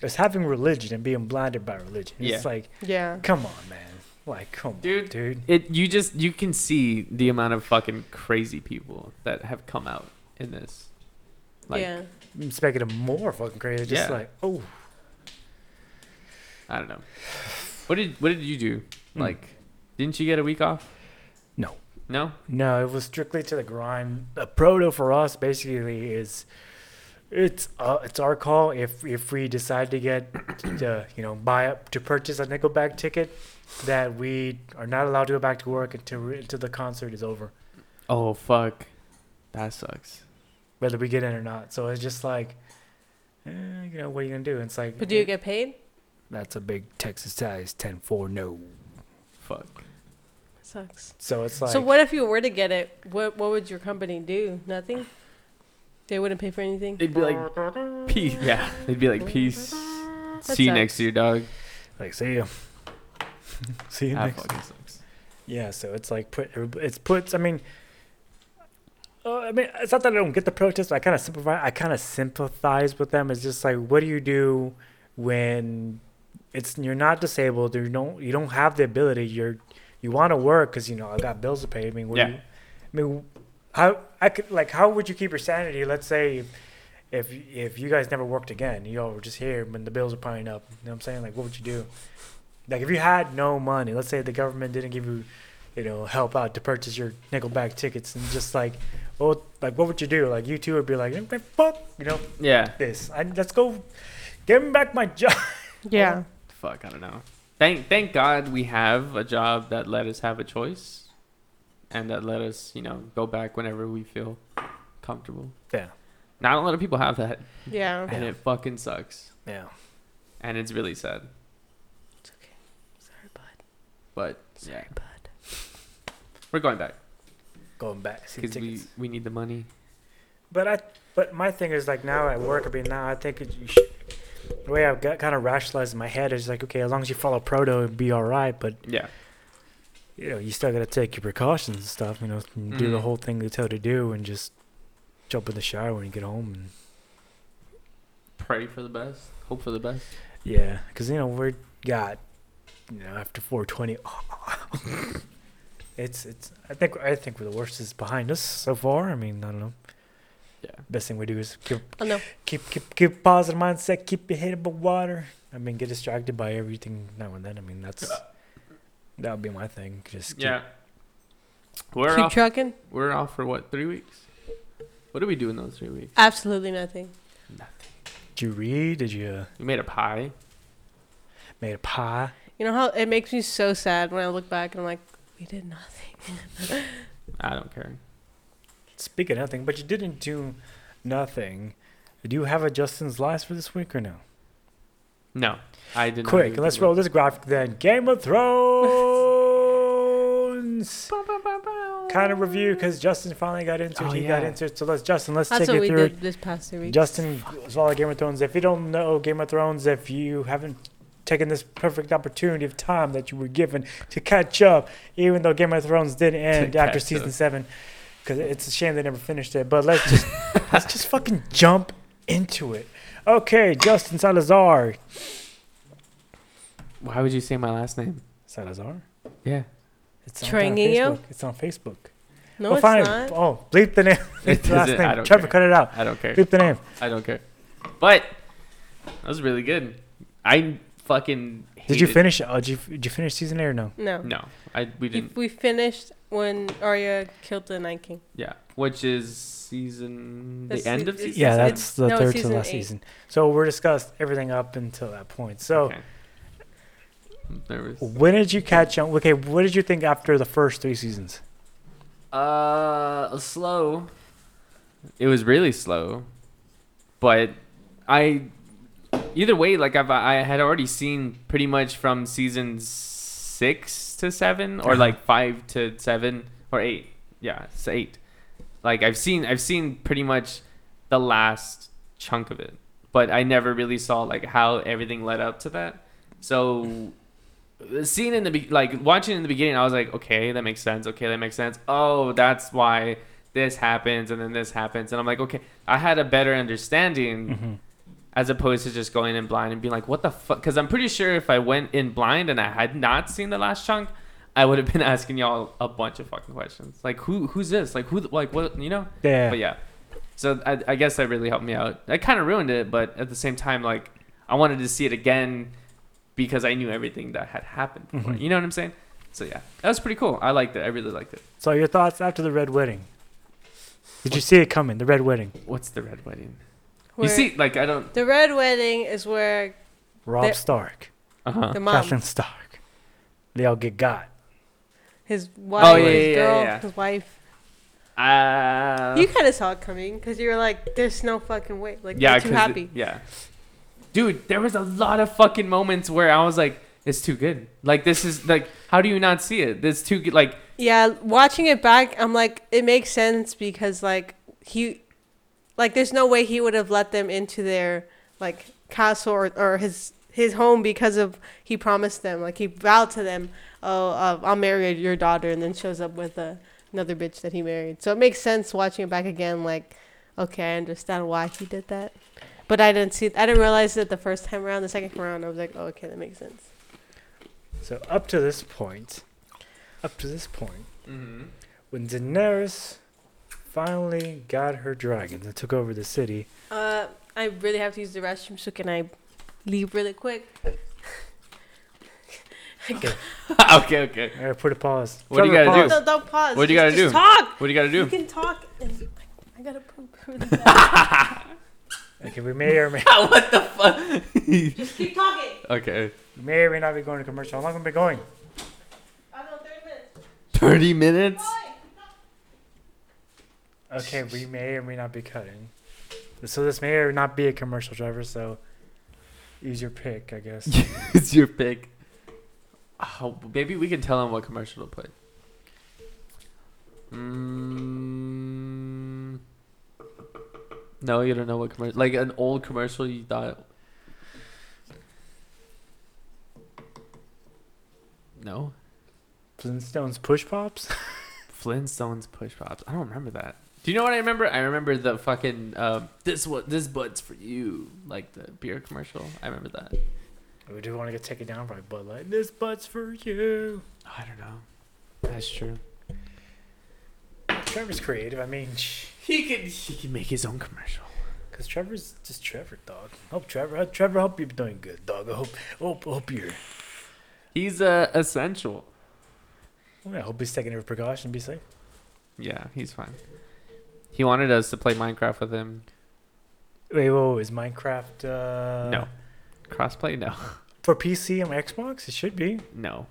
S1: there's having religion and being blinded by religion it's
S4: Yeah.
S1: like
S5: Yeah,
S1: come on man like come on
S4: Dude.
S1: dude
S4: It you just you can see the amount of fucking crazy people that have come out in this. Like
S5: yeah.
S1: it's making it more fucking crazy just
S4: Yeah.
S1: like oh
S4: I don't know. What did what did you do? Like didn't you get a week off?
S1: No.
S4: Hmm. No?
S1: no it was strictly to the grind the proto for us basically is it's uh, it's our call if if we decide to get to you know buy up to purchase a nickelback ticket that we are not allowed to go back to work until we- until the concert is over
S4: Oh fuck. That sucks.
S1: whether we get in or not. So it's just like, eh, you know, what are you gonna do? It's like, eh,
S5: But do you get paid?
S1: that's a big Texas size ten four no.
S4: Fuck.
S5: Sucks.
S1: So it's like,
S5: so what if you were to get it? What what would your company do? Nothing. They wouldn't pay for anything.
S4: They'd be like peace. Yeah. They'd be like peace.
S5: That
S4: see you
S5: sucks.
S4: next year, dog. Ah,
S1: like see ya, see you
S4: That
S1: next.
S4: fucking sucks.
S1: Yeah, so it's like put it's puts. I mean, uh, I mean, it's not that I don't get the protest. I kind of sympathize. I kind of sympathize with them. It's just like, what do you do when it's you're not disabled? You don't you don't have the ability. You're you want to work because you know I got bills to pay. I mean, what do
S4: Yeah.
S1: you, I mean, how I could like how would you keep your sanity? Let's say if if you guys never worked again, you all were just here when the bills are piling up. You know what I'm saying? Like, what would you do? Like, if you had no money, let's say the government didn't give you, you know, help out to purchase your Nickelback tickets, and just like, well, like, what would you do? Like, you two would be like, "Eh, fuck, you know,
S4: Yeah.
S1: this. I, let's go, give me back my job.
S5: yeah.
S4: Fuck, I don't know. Thank thank God we have a job that let us have a choice and that let us, you know, go back whenever we feel comfortable.
S1: Yeah,
S4: Not a lot of people have that.
S5: Yeah.
S4: And it fucking sucks.
S1: yeah.
S4: And it's really sad.
S5: It's okay. Sorry, bud.
S4: But yeah,
S5: Sorry, bud.
S4: we're going back
S1: Going back, see the
S4: because we,
S1: tickets.
S4: we need the money.
S1: But I, but my thing is like now at work. I mean, now I think it- you should, the way I've got kind of rationalized in my head is like, okay, as long as you follow proto, it'd be all right. But
S4: Yeah.
S1: you know, you still gotta take your precautions and stuff. You know, and do the
S4: Mhm.
S1: whole thing they tell you to do, and just jump in the shower when you get home. And
S4: Pray for the best. Hope for the best.
S1: yeah, because you know we're got, you know, after 420, it's it's. I think I think the worst is behind us so far. I mean, I don't know.
S4: Yeah.
S1: Best thing we do is keep
S5: Oh no.
S1: keep keep keep positive mindset. Keep your head above water. I mean, get distracted by everything now and then. I mean, that's that would be my thing. Just keep,
S4: Yeah. We're
S5: Keep
S4: off.
S5: trucking.
S4: we're off for what? Three weeks. What do we do in those three weeks?
S5: Absolutely nothing.
S4: Nothing.
S1: Did you read? Did you uh,
S4: We made a pie.
S1: made a pie?
S5: You know how it makes me so sad when I look back and I'm like, we did nothing.
S4: I don't care.
S1: Speaking of nothing, but you didn't do nothing. Do you have a Justin's Lies for this week or no?
S4: No, I didn't.
S1: Quick, let's roll this graphic then. Game of Thrones! kind of review because Justin finally got into it.
S4: Oh,
S1: he got
S4: yeah.
S1: into it. So let's Justin, let's
S5: That's
S1: take
S5: what
S1: it
S5: we
S1: through.
S5: did this past two weeks.
S1: Justin, as well as Game of Thrones. If you don't know Game of Thrones, if you haven't taken this perfect opportunity of time that you were given to catch up, even though Game of Thrones did end after
S4: catch
S1: season
S4: up.
S1: seven, because it's a shame they never finished it. But let's just let's just fucking jump into it. Okay, Justin Salazar.
S4: Why would you say my last name?
S1: Salazar.
S4: Yeah.
S1: It's on-
S5: Trying
S1: on
S5: you?
S1: Facebook. It's on Facebook.
S5: no,
S1: Well,
S5: it's
S1: fine.
S5: not.
S1: Oh, bleep the name.
S4: It
S1: Bleep the last
S4: doesn't- I
S1: name.
S4: don't
S1: Trevor,
S4: care.
S1: cut it out.
S4: I don't care.
S1: Bleep the name.
S4: I don't care. But that was really good. I fucking.
S1: Did you
S4: hated-
S1: finish? Oh, did you, did you finish season eight or no?
S5: No.
S4: No, I
S5: You-
S4: we didn't.
S5: we finished when Arya killed the Night King.
S4: Yeah, which is season the
S5: This
S4: end
S5: is-
S4: of
S5: is-
S4: season.
S1: Yeah,
S5: Season-
S1: that's the
S5: no,
S1: third to
S5: season
S1: last
S5: eight.
S1: season. So we're discussed everything up until that point. So
S4: Okay. I'm nervous.
S1: when did you catch on? Okay, what did you think after the first three seasons?
S4: Uh, slow. It was really slow, but I. Either way, like I've I had already seen pretty much from season six to seven, or
S1: Uh-huh.
S4: like five to seven or eight. Yeah, it's eight. Like I've seen I've seen pretty much the last chunk of it, but I never really saw like how everything led up to that. So the scene in the be- like watching in the beginning, I was like, okay, that makes sense. Okay, that makes sense. Oh, that's why this happens and then this happens, and I'm like, okay, I had a better understanding as opposed to just going in blind and being like, what the fuck? Because I'm pretty sure if I went in blind and I had not seen the last chunk, I would have been asking y'all a bunch of fucking questions. Like, who who's this? Like who? the- Like what? You know?
S1: Yeah.
S4: But yeah. So I, I guess that really helped me out. That kind of ruined it, but at the same time, like I wanted to see it again because I knew everything that had happened. Before. You know what I'm saying? So yeah, that was pretty cool. I liked it. I really liked it.
S1: So your thoughts after the Red Wedding? Did you see it coming? The Red Wedding.
S4: What's the red wedding?
S5: Where-
S4: you see, like I don't.
S5: the Red Wedding is where
S1: Rob
S5: There-
S1: Stark,
S4: Uh huh.
S5: the mom,
S1: Catherine Stark. They all get got.
S5: his wife,
S4: Oh, yeah,
S5: his
S4: yeah,
S5: girl,
S4: yeah, yeah.
S5: his wife.
S4: Uh,
S5: you kind of saw it coming because you were like, "There's no fucking way!" Like,
S4: yeah,
S5: yeah, too
S4: 'cause
S5: happy.
S4: It, yeah, dude, there was a lot of fucking moments where I was like, "It's too good." Like this is like, how do you not see it? This too good. Like
S5: yeah, watching it back, I'm like, it makes sense because like he, like, there's no way he would have let them into their like castle or, or his his home because of he promised them, like he vowed to them, "Oh, uh, I'll marry your daughter," and then shows up with a, another bitch that he married. So it makes sense watching it back again. Like, okay, I understand why he did that. But I didn't see. I didn't realize it the first time around. The second time around, I was like, oh, "Okay, that makes sense."
S1: So up to this point, up to this point,
S4: Mm-hmm.
S1: when Daenerys finally got her dragons and took over the city,
S5: Uh, I really have to use the restroom, so can I leave really quick?
S4: okay, okay.
S1: I put a pause.
S4: What do you
S1: Trevor,
S4: gotta do?
S1: pause.
S5: Don't, don't pause.
S4: What do you
S5: Just-
S4: gotta
S5: just
S4: do? Hmm.
S5: Talk.
S4: What do you gotta
S5: You
S4: do?
S5: can talk. And I, I gotta poop really bad.
S1: Okay, we may or may
S4: what the fuck?
S5: just keep talking.
S4: okay.
S1: may or may not be going to commercial. How long have we been going?
S5: I don't know, 30 minutes.
S4: Thirty minutes.
S1: Okay, we may or may not be cutting. So this may or not be a commercial driver, so use your pick, I guess.
S4: it's your pick. Oh, maybe we can tell him what commercial to put. Mm, no, you don't know what commercial. Like an old commercial you thought. No,
S1: Flintstones push pops?
S4: Flintstones push pops. I don't remember that. Do you know what I remember? I remember the fucking um, this what this bud's for you, like the beer commercial. I remember that.
S1: we do want to get taken down by Bud Light. This butt's for you.
S4: I don't know. That's true.
S1: Trevor's creative. I mean,
S4: He can he can make his own commercial.
S1: because Trevor's just Trevor, dog. Hope Trevor, uh, Trevor, hope you're doing good, dog. I hope, hope, hope you're.
S4: He's uh, essential.
S1: I hope he's taking every precaution. Be safe.
S4: Yeah, he's fine. He wanted us to play Minecraft with him.
S1: Wait, whoa, is Minecraft uh,
S4: no, crossplay? No,
S1: for PC and Xbox? It should be.
S4: no.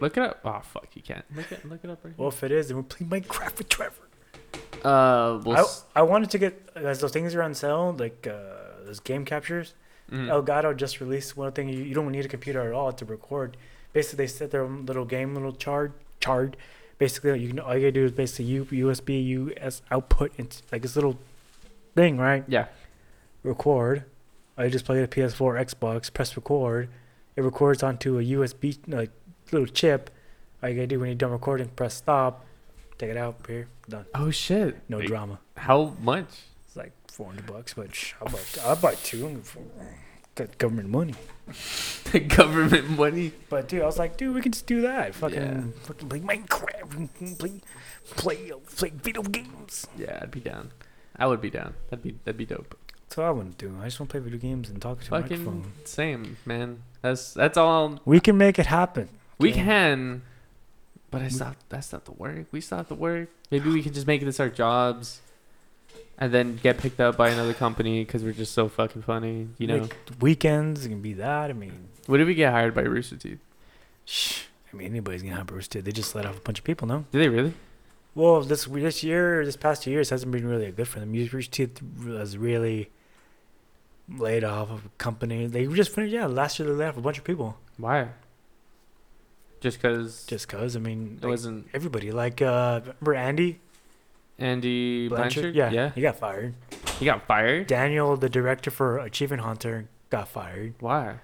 S4: Look it up. Oh fuck, you can't. Look it, look it up. Right
S1: Well, if it is, then we play Minecraft with Trevor.
S4: here. Uh, we'll.
S1: I,
S4: s-
S1: I wanted to get as those things are on sale, like uh, those game captures.
S4: mhm.
S1: Elgato just released one thing. You, you don't need a computer at all to record. Basically, they set their own little game, little chart, chart. basically you can all you gotta do is basically U, USB US output into like this little thing, right?
S4: Yeah.
S1: Record. I just play the PS4 or Xbox, press record. It records onto a USB like little chip. All you gotta do when you're done recording, press stop, take it out, here, done.
S4: Oh shit.
S1: No
S4: Like,
S1: drama.
S4: How much?
S1: It's like four hundred bucks, but sh- I'll buy I'll buy two. Got government money.
S4: The government money.
S1: But dude, I was like, dude, we can just do that. Fucking,
S4: Yeah.
S1: fucking play Minecraft, and play, play, play video games.
S4: Yeah, I'd be down. I would be down. That'd be that'd be dope.
S1: That's what I want to do. I just want to play video games and talk to a
S4: Fucking
S1: microphone.
S4: same, man. That's that's all
S1: We can make it happen.
S4: we
S1: Okay.
S4: can. But I stopped. That's not the work. We stopped the work. Maybe we can just make this our jobs, and then get picked up by another company because we're just so fucking funny. You know.
S1: Like, weekends it can be that. I mean,
S4: What if we get hired by Rooster Teeth?
S1: shh. I mean, anybody's gonna have roasted. They just let off a bunch of people, no?
S4: Do they really?
S1: Well, this this year, this past two years hasn't been really good for them. Music Teeth was really laid off of a company. They just finished, yeah, last year they laid off a bunch of people.
S4: Why? Just because
S1: Just cause, I mean,
S4: it
S1: like,
S4: wasn't
S1: everybody. Like, uh, remember Andy?
S4: Andy Blanchard?
S1: Yeah, he got fired.
S4: He got fired.
S1: Daniel, the director for Achievement Hunter, got fired.
S4: Why?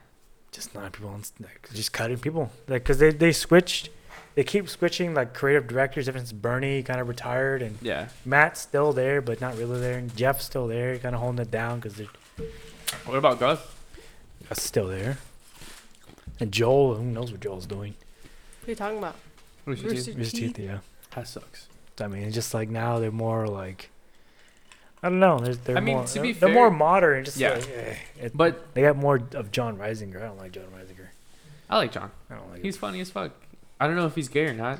S1: Just not people, on, like, just cutting people. Like, cause they they switched, they keep switching like creative directors. Ever since Bernie kind of retired, and
S4: Yeah.
S1: Matt's still there, but not really there. And Jeff's still there, kind of holding it down, cause they're
S4: What about Gus?
S1: that's still there. And Joel, who knows what Joel's doing?
S5: What are you talking about?
S4: Rooster
S5: Rooster
S4: Teeth.
S5: Teeth.
S1: Just teeth, yeah.
S4: That sucks.
S1: I mean, it's just like now they're more like, I don't know. They're, they're
S4: I mean,
S1: more,
S4: to be
S1: they're, they're more
S4: fair-
S1: modern. Just
S4: Yeah.
S1: like, eh, it-
S4: But
S1: They got more of John Reisinger. I don't like John Reisinger.
S4: I like John.
S1: I don't like.
S4: He's
S1: He's,
S4: funny as fuck. I don't know if he's gay or not.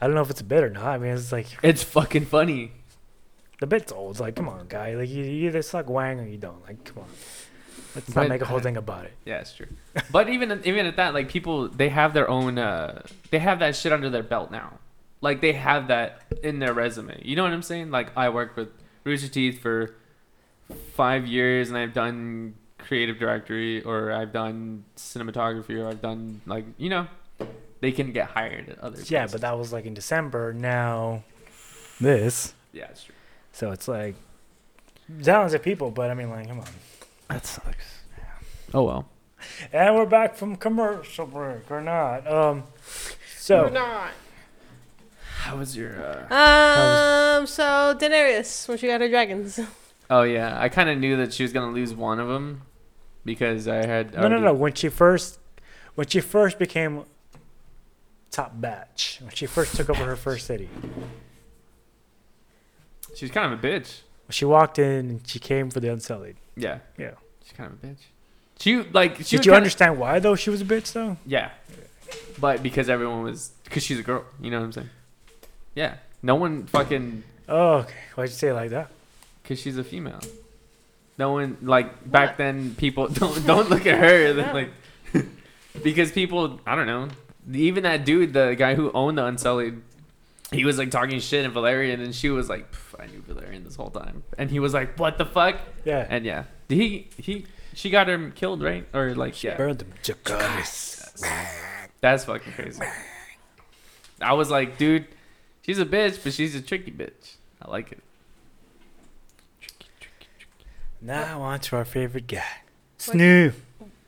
S1: I don't know if it's a bit or not. I mean, it's like
S4: It's fucking funny.
S1: the bit's old. It's like, come on, guy. Like you, you either suck wang or you don't. Like, come on. Let's
S4: But-
S1: not make a whole thing about it.
S4: Yeah, it's true. But even even at that, like people, they have their own. uh They have that shit under their belt now. Like they have that in their resume. You know what I'm saying? Like I worked with Rooster Teeth for five years, and I've done creative directory, or I've done cinematography, or I've done like you know, they can get hired at other.
S1: Yeah,
S4: places.
S1: but that was like in December. Now, this.
S4: yeah, it's true.
S1: So it's like, thousands of people. But I mean, like, come on. That sucks.
S4: Oh well.
S1: And we're back from commercial break or not? Um. So
S5: not.
S4: How was your? uh
S5: Um. So Daenerys, when she got her dragons.
S4: Oh yeah, I kind of knew that she was gonna lose one of them because I had.
S1: no, no,
S4: already-
S1: no. When she first, when she first became top batch, when she first took over her first city.
S4: She's kind of a bitch.
S1: She walked in and she came for the unsullied.
S4: Yeah.
S1: Yeah.
S4: She's kind of a bitch. She like she
S1: Did
S4: was
S1: you
S4: kinda-
S1: understand why though she was a bitch though?
S4: Yeah. But because everyone was because she's a girl, you know what I'm saying? Yeah. No one fucking
S1: Oh, okay. Why'd you say it like that?
S4: because she's a female. No one like back then people don't don't look at her they're like because people I don't know even that dude the guy who owned the Unsullied he was like talking shit in Valerian and she was like "Pff, I knew Valerian this whole time and he was like what the fuck
S1: Yeah.
S4: and yeah he he she got him killed right or like yeah
S1: Burned them. Jacanis.
S4: That's fucking crazy. I was like, dude, she's a bitch, but she's a tricky bitch. I like it.
S1: Now on to our favorite guy. Snoo.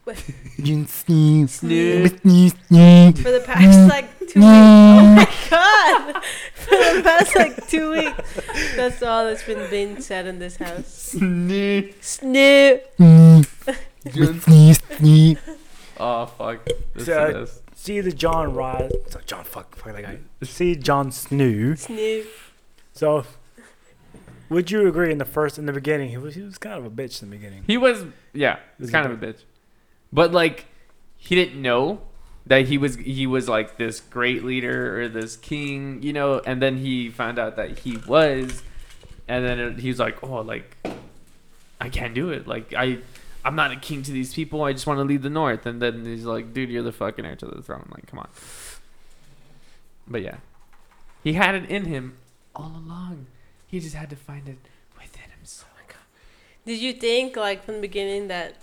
S5: What?
S1: Jin Snoo.
S4: Snoo.
S1: Snoo. Snoo.
S5: For the past like two weeks. Oh my god! For the past like two weeks. That's all that's been being said in this house.
S4: Snoo.
S5: Snoop.
S1: Snoo. Snoo.
S4: Oh fuck. This
S1: So-
S4: is this.
S1: See the John Rod. so John, fuck, fuck that guy. See John Snoo.
S5: Snoop.
S1: So, would you agree in the first, in the beginning, he was, he was kind of a bitch in the beginning.
S4: He was yeah, he's kind of a bitch. But like he didn't know that he was he was like this great leader or this king, you know, and then he found out that he was and then it, he was like, "Oh, like I can't do it. Like I I'm not a king to these people. I just want to lead the north." And then he's like, "Dude, you're the fucking heir to the throne. Like, come on." But yeah. He had it in him all along. He just had to find it within himself.
S5: Did you think like from the beginning that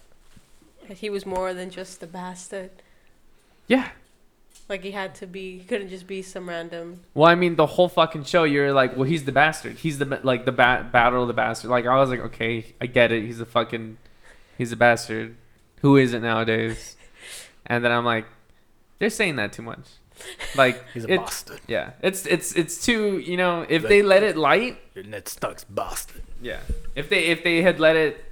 S5: he was more than just a bastard?
S4: Yeah.
S5: Like he had to be, he couldn't just be some random.
S4: Well, I mean, the whole fucking show, you're like, well, he's the bastard. He's the ba- like the ba- battle of the bastard. Like I was like, okay, I get it. He's a fucking, he's a bastard. Who isn't nowadays? And then I'm like, they're saying that too much. Like
S1: He's a
S4: it-
S1: bastard.
S4: Yeah, it's it's it's too. You know, if they let it light,
S1: Your Ned Stark's bastard.
S4: yeah. If they if they had let it,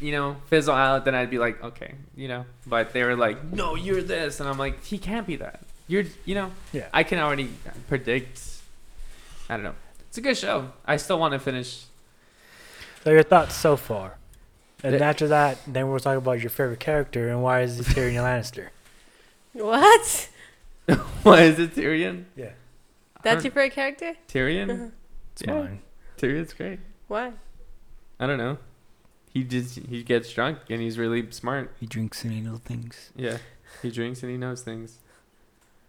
S4: you know, fizzle out, then I'd be like, okay, you know. But they were like, no, you're this, and I'm like, he can't be that. You're, you know.
S1: Yeah.
S4: I can already predict. I don't know. It's a good show. I still want to finish.
S1: So your thoughts so far, and
S4: Yeah.
S1: after that, then we'll talk about your favorite character and why is it Tyrion Lannister?
S5: What?
S4: Why is it Tyrion?
S1: Yeah,
S5: That's
S4: Her-
S5: your favorite character? Uh-huh.
S4: Tyrion.
S1: it's
S4: Yeah.
S1: mine.
S4: Tyrion's great.
S5: Why?
S4: I don't know. He just he gets drunk and he's really smart.
S1: He drinks and he knows things.
S4: Yeah, he drinks and he knows things.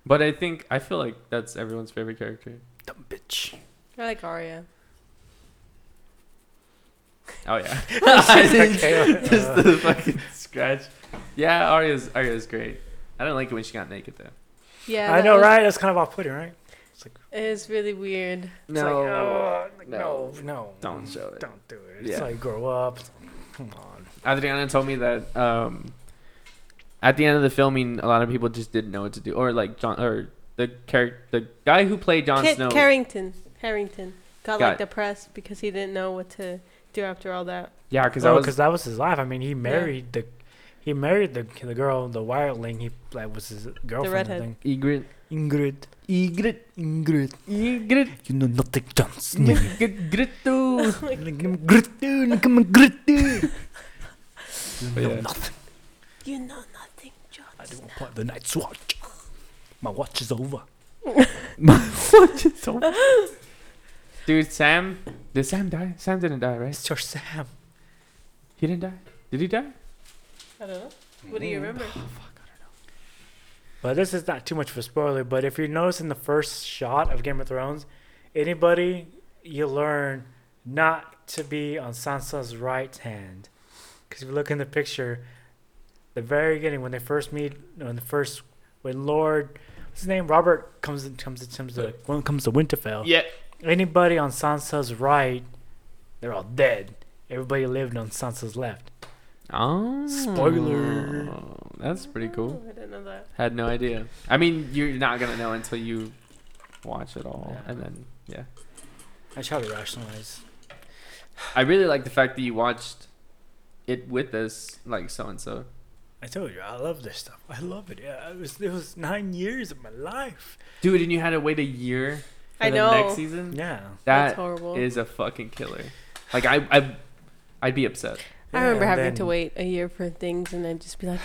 S4: But I think I feel like that's everyone's favorite character.
S1: Dumb bitch.
S5: I like Arya.
S4: Oh yeah, just
S1: Uh,
S4: the fucking scratch. Yeah, Arya's Arya's great. I don't like it when she got naked though.
S5: Yeah.
S1: I
S5: that
S1: know,
S5: was-
S1: right? That's kind of off-putting, right? It's like
S5: It was really weird.
S2: It's like, oh, like,
S4: No.
S2: no, no,
S4: Don't show it.
S2: Don't do it.
S1: it's
S4: Yeah.
S1: like grow up. Come on.
S4: Adriana told me that um, at the end of the filming, a lot of people just didn't know what to do, or like John, or the character, the guy who played Jon
S5: Kit
S4: Snow.
S5: Carrington. Harrington got,
S4: Got
S5: like
S4: it.
S5: depressed because he didn't know what to do after all that.
S4: yeah, because
S1: oh,
S4: I
S1: because
S4: was
S1: that was his life. I mean, he married the, he married the the girl, the wireling. He like was his girlfriend. I
S5: redhead.
S1: think.
S4: Ygritte.
S1: Ingrid. Ingrid. Ingrid.
S4: Ygritte.
S1: You know nothing, Johnson.
S4: Ygritte.
S1: You
S4: know
S1: know
S4: yeah.
S1: nothing.
S5: You know nothing, John.
S1: I don't part the night's watch. My watch is over.
S4: Dude, Sam. Did Sam die? Sam didn't die, right?
S1: It's your Sam.
S4: He didn't die. Did he die?
S5: I don't know. What
S4: Mm.
S5: do you remember?
S1: But this is not too much of a spoiler, but if you notice in the first shot of Game of Thrones, anybody you learn not to be on Sansa's right hand. Because if you look in the picture, the very beginning when they first meet, when the first when Lord, what's his name, Robert comes comes comes to when it comes to Winterfell.
S4: Yeah.
S1: Anybody on Sansa's right, they're all dead. Everybody lived on Sansa's left.
S4: Oh.
S1: Spoiler.
S4: That's pretty cool.
S5: Oh, I didn't know that.
S4: Had no idea. I mean, you're not gonna know until you watch it all,
S1: Yeah.
S4: and then yeah.
S1: I try to rationalize.
S4: I really like the fact that you watched it with us, like so and so.
S1: I told you, I love this stuff. I love it. Yeah, it was it was nine years of my life.
S4: Dude, and you had to wait a year for
S5: I
S4: the
S5: know.
S4: next season.
S1: Yeah.
S5: That's
S4: That
S5: horrible.
S4: is a fucking killer. Like I, I, I'd be upset.
S5: I remember
S1: Yeah,
S5: having
S1: then-
S5: to wait a year for things and then just be like,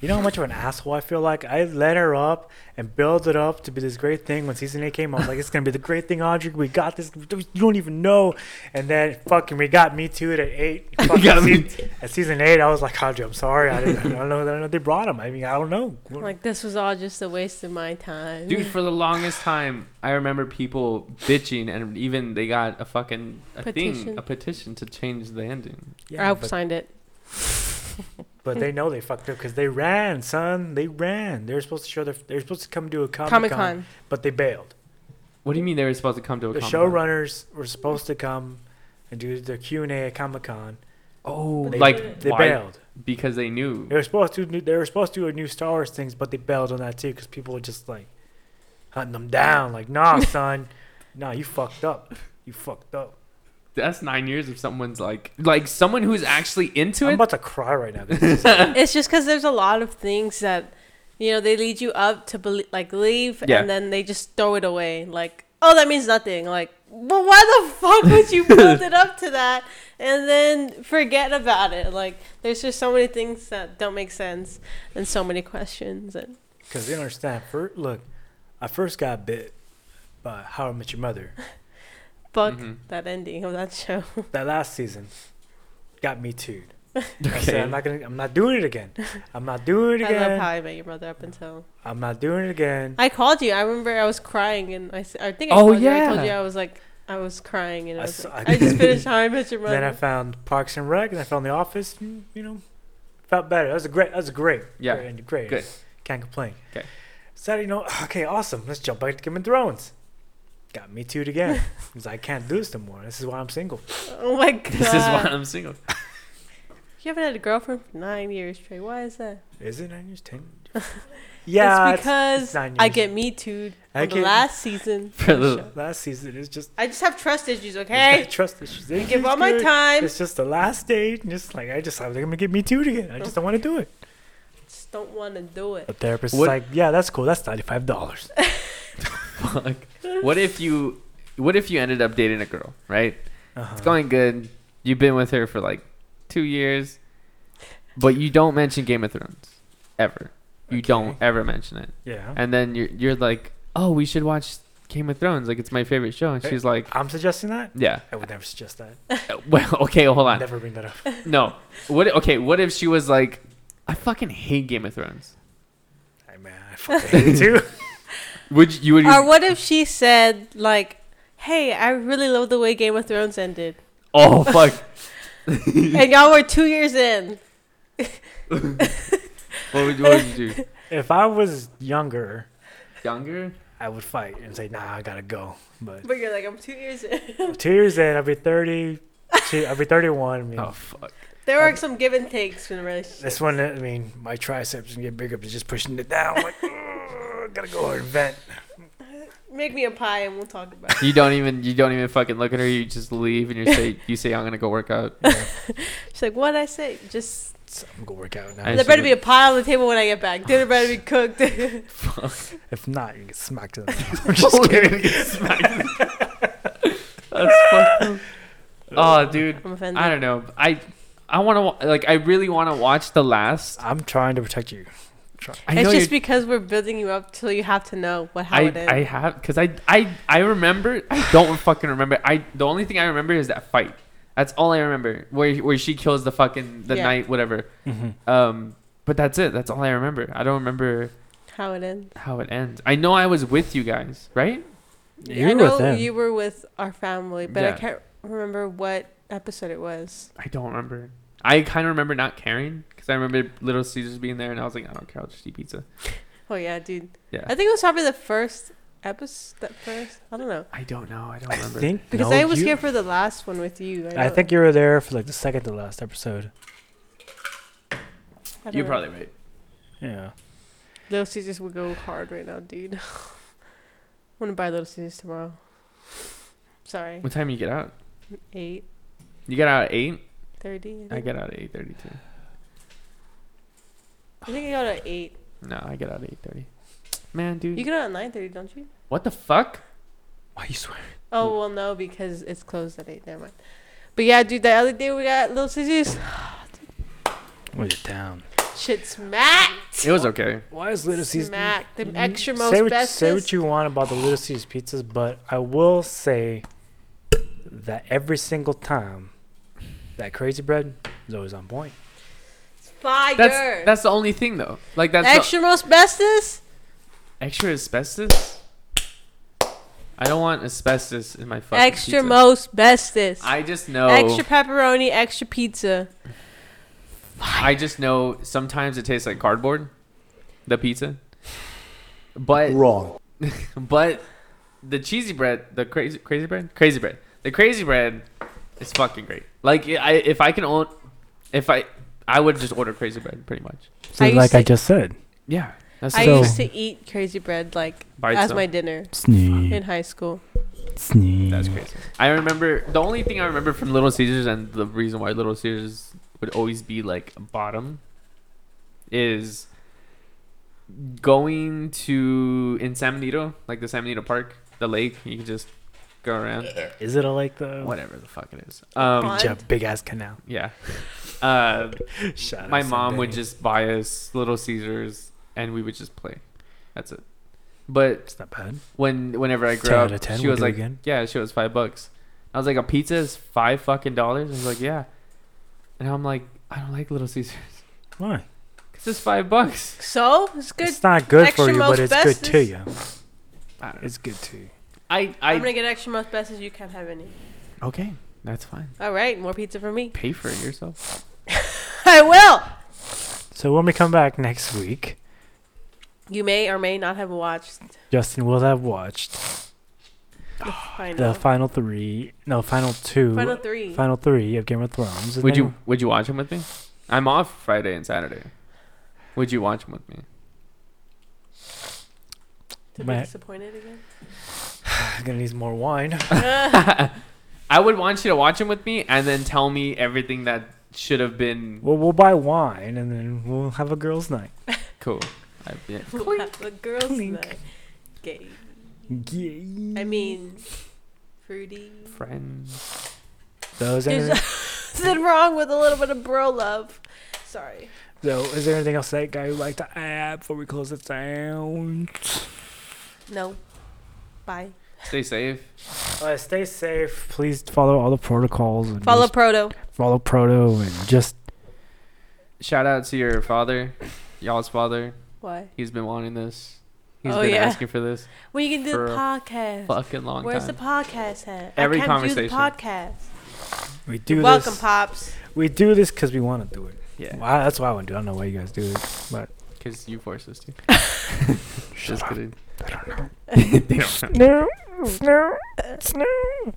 S1: You know how much of an asshole I feel like? I led her up and built it up to be this great thing. When season eight came, I was like, it's going to be the great thing, Audrey. We got this. You don't even know. And then fucking we got Me Too at eight. Fucking
S4: Got Me
S1: season, at season eight, I was like, Audrey, I'm sorry. I, didn't, I don't know. I don't know they brought him. I mean, I don't know.
S5: like this was all just a waste of my time.
S4: Dude, for the longest time, I remember people bitching, and even they got a fucking a thing,
S5: Petition.
S4: a petition to change the ending.
S1: yeah,
S5: I
S1: but,
S5: signed it.
S1: but they know they fucked up because they ran, son. They ran. They were supposed to show their. They were supposed to come do a
S5: Comic
S1: Comic Con,
S5: Con.
S1: but they bailed.
S4: What do you mean they were supposed to come to a
S1: the
S4: Comic-Con?
S1: showrunners were supposed to come and do the Q and A at Comic Con.
S4: Oh,
S5: They
S4: like
S5: didn't.
S1: They
S4: why?
S1: bailed.
S4: because they knew.
S1: They were supposed to. do- They were supposed to do a new Star Wars things, but they bailed on that too because people were just like hunting them down. Like, nah, son, nah, you fucked up. You fucked up.
S4: That's nine years of someone's like, like someone who's actually into
S1: I'm
S4: it.
S1: about to cry right now. 'cause it's just-
S5: It's just because there's a lot of things that, you know, they lead you up to belie- like leave
S4: Yeah.
S5: and then they just throw it away. Like, oh, that means nothing. Like, well, why the fuck would you build it up to that and then forget about it? Like, there's just so many things that don't make sense and so many questions. And
S1: Because you don't understand. Fir look, I first got bit by How I Met Your Mother
S5: fuck
S4: Mhm.
S5: that ending of that show.
S1: that last season. Got me too. I said
S4: Okay.
S1: I'm not gonna. I'm not doing it again. I'm not doing it
S5: I love
S1: again.
S5: How I Met Your Mother up until.
S1: I'm not doing it again.
S5: I called you. I remember I was crying, and I, s- I think I,
S4: Oh,
S5: called you. I
S4: yeah.
S5: told you I was like, I was crying, and I,
S1: I
S5: was
S1: saw-
S5: like, I, just finished How I Met Your Mother.
S1: Then I found Parks and Rec, and I found The Office. And, you know, felt better. That was a great. That was a great.
S4: Yeah.
S1: Great. ending, great.
S4: Good.
S1: Can't complain.
S4: Okay.
S1: Saturday, no. Okay, awesome. Let's jump back to Game of Thrones. Got me too again. Because I can't do this no more. This is why I'm single.
S5: Oh my god.
S4: This is why I'm single.
S5: You haven't had a girlfriend for nine years straight. Why is that?
S1: Is it nine years? Ten? yeah,
S5: it's because
S1: nine
S5: I
S1: years.
S5: get me too
S1: I
S5: on the
S1: get-
S5: last season.
S4: For
S5: of the
S4: the-
S5: show.
S1: last season is just
S5: I just have trust issues,
S1: I
S5: okay?
S1: trust issues.
S5: I give all my time.
S1: It's just the last day. and Just like I just I'm gonna get me too again. I just don't want to do it.
S5: Just don't want to do it.
S1: The therapist is
S4: What-
S1: like, yeah, that's cool. That's ninety five dollars.
S4: Fuck. What if you what if you ended up dating a girl, right?
S1: Uh-huh.
S4: It's going good. You've been with her for like two years. But you don't mention Game of Thrones. Ever. You don't
S1: Okay.
S4: ever mention it.
S1: Yeah.
S4: And then you're you're like, Oh, we should watch Game of Thrones, like it's my favorite show and
S1: Hey.
S4: she's like
S1: I'm suggesting that.
S4: Yeah.
S1: I would never suggest that.
S4: Well okay, hold on.
S1: Never bring that up.
S4: No. What okay, what if she was like I fucking hate Game of Thrones.
S1: I man, I fucking hate it too.
S4: Would you, you would
S5: Or what if she said, like, hey, I really love the way Game of Thrones ended.
S4: Oh fuck.
S5: and y'all were two years in.
S4: what, would, what would you do?
S1: If I was younger,
S4: Younger?
S1: I would fight and say, nah, I gotta go. But
S5: But you're like, I'm two years in.
S1: two years in, I'll be thirty. two- I'll be thirty-one. I mean,
S4: Oh fuck.
S5: there were some give and takes in the relationship.
S1: This one, I mean, my triceps can get bigger, but just pushing it down. Like, "Ugh, gotta go hard and vent.
S5: Make me a pie and we'll talk about it.
S4: You don't even you don't even fucking look at her. You just leave and you say you say I'm gonna go work out.
S5: She's like, what'd I say? Just
S1: So I'm gonna work out now.
S4: I
S5: there better be a pie on the table when I get back. Dinner better be cooked.
S1: if not, you get smacked in the mouth. I'm just kidding.
S4: That's fucked. Oh, dude.
S5: I'm offended.
S4: I don't know. I I want to like I really want to watch the last.
S1: I'm trying to protect you.
S4: I know
S5: it's
S4: you're-
S5: just because we're building you up till you have to know what how
S4: I,
S5: it ends.
S4: I have because I I I remember I don't fucking remember I the only thing I remember is that fight that's all I remember where where she kills the fucking the
S5: Yeah.
S4: knight whatever um but that's it that's all I remember I don't remember
S5: how it ends.
S4: how it ends I know I was with you guys right
S1: You
S5: I
S1: were
S5: know
S1: with them.
S5: you were with our family, but I
S4: Yeah.
S5: can't remember what episode it was.
S4: I don't remember I kind of remember not caring because I remember Little Caesars being there and I was like I don't care I'll just eat pizza
S5: Oh yeah, dude.
S4: yeah
S5: I think it was probably the first episode. That first, I don't know.
S4: I don't know I don't
S1: I
S4: remember
S1: think
S5: Because
S1: no,
S5: I was
S1: you-
S5: here for the last one with you.
S1: I
S5: don't-
S1: think you were there for like the second to last episode.
S5: I don't
S4: you're
S5: know.
S4: probably right
S1: Yeah.
S5: Little Caesars would go hard right now, dude. I'm gonna buy Little Caesars tomorrow. Sorry,
S4: what time you get out
S5: eight
S4: you get out at eight
S5: thirty.
S4: I get out at eight thirty two
S5: I think I got at eight.
S4: no I get out at eight thirty man dude
S5: You get out at nine thirty, don't you?
S4: What the fuck?
S1: Why you swearing?
S5: Oh well, no, because it's closed at eight. Never mind. But yeah, dude, the other day we got Little Caesars.
S1: Was it down?
S5: Shit smacked.
S4: It was okay.
S1: Why is Little Caesars
S5: Smack the
S1: Mm,
S5: extra
S1: say
S5: most
S1: what,
S5: bestest.
S1: Say what you want about the Little Caesars pizzas, but I will say that every single time, that crazy bread is always on point.
S5: Fire.
S4: That's that's the only thing though. Like that's the-
S5: extra most bestest.
S4: extra asbestos. I don't want asbestos in my fucking
S5: Extra
S4: pizza.
S5: most bestest.
S4: I just know.
S5: Extra pepperoni, extra pizza.
S4: I just know. Sometimes it tastes like cardboard, the pizza. But
S3: Wrong.
S4: but the cheesy bread, the crazy crazy bread, crazy bread, the crazy bread is fucking great. Like I if I can own, if I I would just order crazy bread pretty much.
S1: So,
S5: I used
S1: like
S5: to-
S1: I just said,
S4: Yeah, that's
S5: I
S1: So-
S5: used to eat crazy bread like
S4: By
S5: as
S4: itself.
S5: my dinner
S1: sneeze,
S5: in high school.
S1: sneeze.
S4: That's crazy. I remember the only thing I remember from Little Caesars and the reason why Little Caesars would always be like bottom is going to in San Benito, like the San Benito Park, the lake. You can just go around,
S1: Is it a like the
S4: whatever the fuck it is. Um,
S5: Fun.
S1: big ass canal?
S4: yeah. Uh,
S1: Shout out
S4: my
S1: San
S4: mom would
S1: Benny.
S4: just buy us Little Caesars and we would just play. That's it. But
S1: It's not bad.
S4: when whenever I grew
S1: 10
S4: up,
S1: out of 10,
S4: she
S1: we'll
S4: was
S1: do it
S4: like,
S1: again.
S4: yeah, she was five bucks. I was like, a pizza is five fucking dollars. I was like, yeah, and I'm like, I don't like Little Caesars.
S1: Why?
S4: Cause it's five bucks.
S5: So it's good.
S1: It's not good
S5: Extra
S1: for you, but
S5: most
S1: it's good to
S5: bestest.
S1: you.
S4: I don't know.
S1: It's good to you.
S4: I
S5: I,
S4: I
S5: am gonna get extra most bestest. You can't have any.
S4: okay, that's fine.
S5: All right, more pizza for me.
S4: Pay for it yourself.
S5: I will.
S1: So when we come back next week,
S5: You may or may not have watched.
S2: Justin will have watched
S5: The final,
S2: the final three, no, final two,
S5: final three.
S2: final three of Game of Thrones. and
S4: Would
S2: then-
S4: you would you watch them with me? I'm off Friday and Saturday. Would you watch them with me?
S5: to be
S2: Matt.
S5: disappointed again.
S2: I'm gonna need some more wine.
S4: I would want you to watch them with me and then tell me everything that should have been
S2: well, we'll buy wine and then we'll have a girls' night.
S4: cool. I, yeah.
S5: the girls
S2: Clink.
S5: night. Gay.
S2: Yeah.
S5: I mean, fruity.
S4: Friends.
S2: So is, there,
S5: There's nothing wrong with a little bit of bro love. Sorry.
S2: so is there anything else that guy would like to add before we close it down?
S5: No. Bye.
S4: Stay safe.
S2: Uh, stay safe. Please follow all the protocols. And
S5: Follow
S2: just
S5: Proto.
S2: follow proto and just
S4: Shout out to your father, y'all's father.
S5: Why?
S4: He's been wanting this. He's
S5: Oh,
S4: been
S5: yeah.
S4: asking for this
S5: We can do
S4: For
S5: the
S4: a
S5: podcast.
S4: fucking long
S5: Where's
S4: time.
S5: the podcast at?
S4: Every
S5: I can't Do the
S4: conversation.
S5: podcast.
S2: we do
S5: You're welcome,
S2: this.
S5: pops.
S2: We do this because we want to do it.
S4: yeah,
S2: Why that's why I want to do. it. I don't know why you guys do it.
S4: because you forced us to. Just kidding.
S2: No, no, no.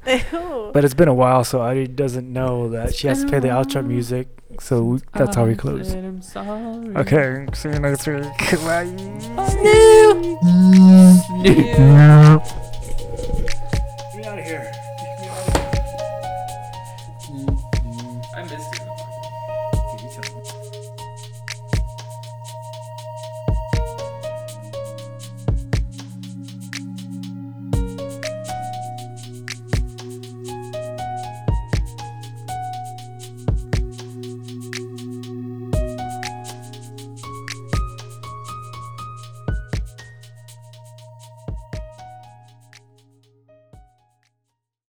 S5: Ew.
S2: But it's been a while, so Ari doesn't know that she has to play the outro music. So we- that's how we close.
S4: I'm sorry.
S2: Okay, see you next week. Bye.
S5: Snoo. Snoo.